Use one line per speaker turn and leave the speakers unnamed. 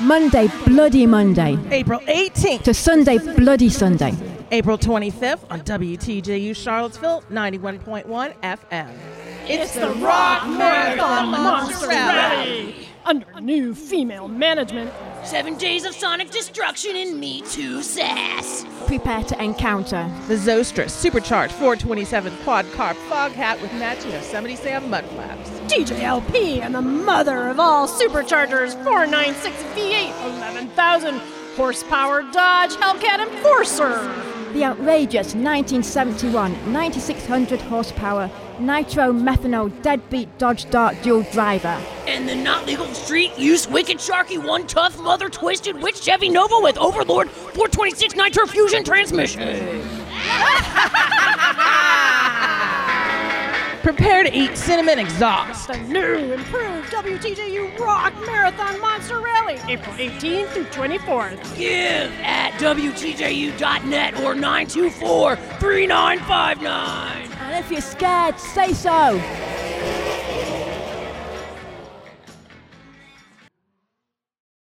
Monday, bloody Monday,
April 18th
to Sunday, bloody Sunday.
April 25th on WTJU Charlottesville 91.1 FM. It's the Rock Marathon Monsterella.
Under new female management,
Seven days of sonic destruction and Me Too sass.
Prepare to encounter.
The Zostra Supercharged 427 Quad Car Fog Hat with matching Yosemite Sam mud flaps.
DJ LP and the mother of all superchargers, 496 V8, 11,000 horsepower Dodge Hellcat Enforcer.
The outrageous 1971 9600 horsepower nitro methanol deadbeat Dodge Dart dual driver.
And the not legal street use wicked sharky one tough mother twisted witch Chevy Nova with Overlord 426 nitro fusion transmission.
Prepare to eat cinnamon exhaust.
The new improved WTJU Rock Marathon Monster Rally, April 18th through 24th.
Give at WTJU.net or 924 3959.
And if you're scared, say so.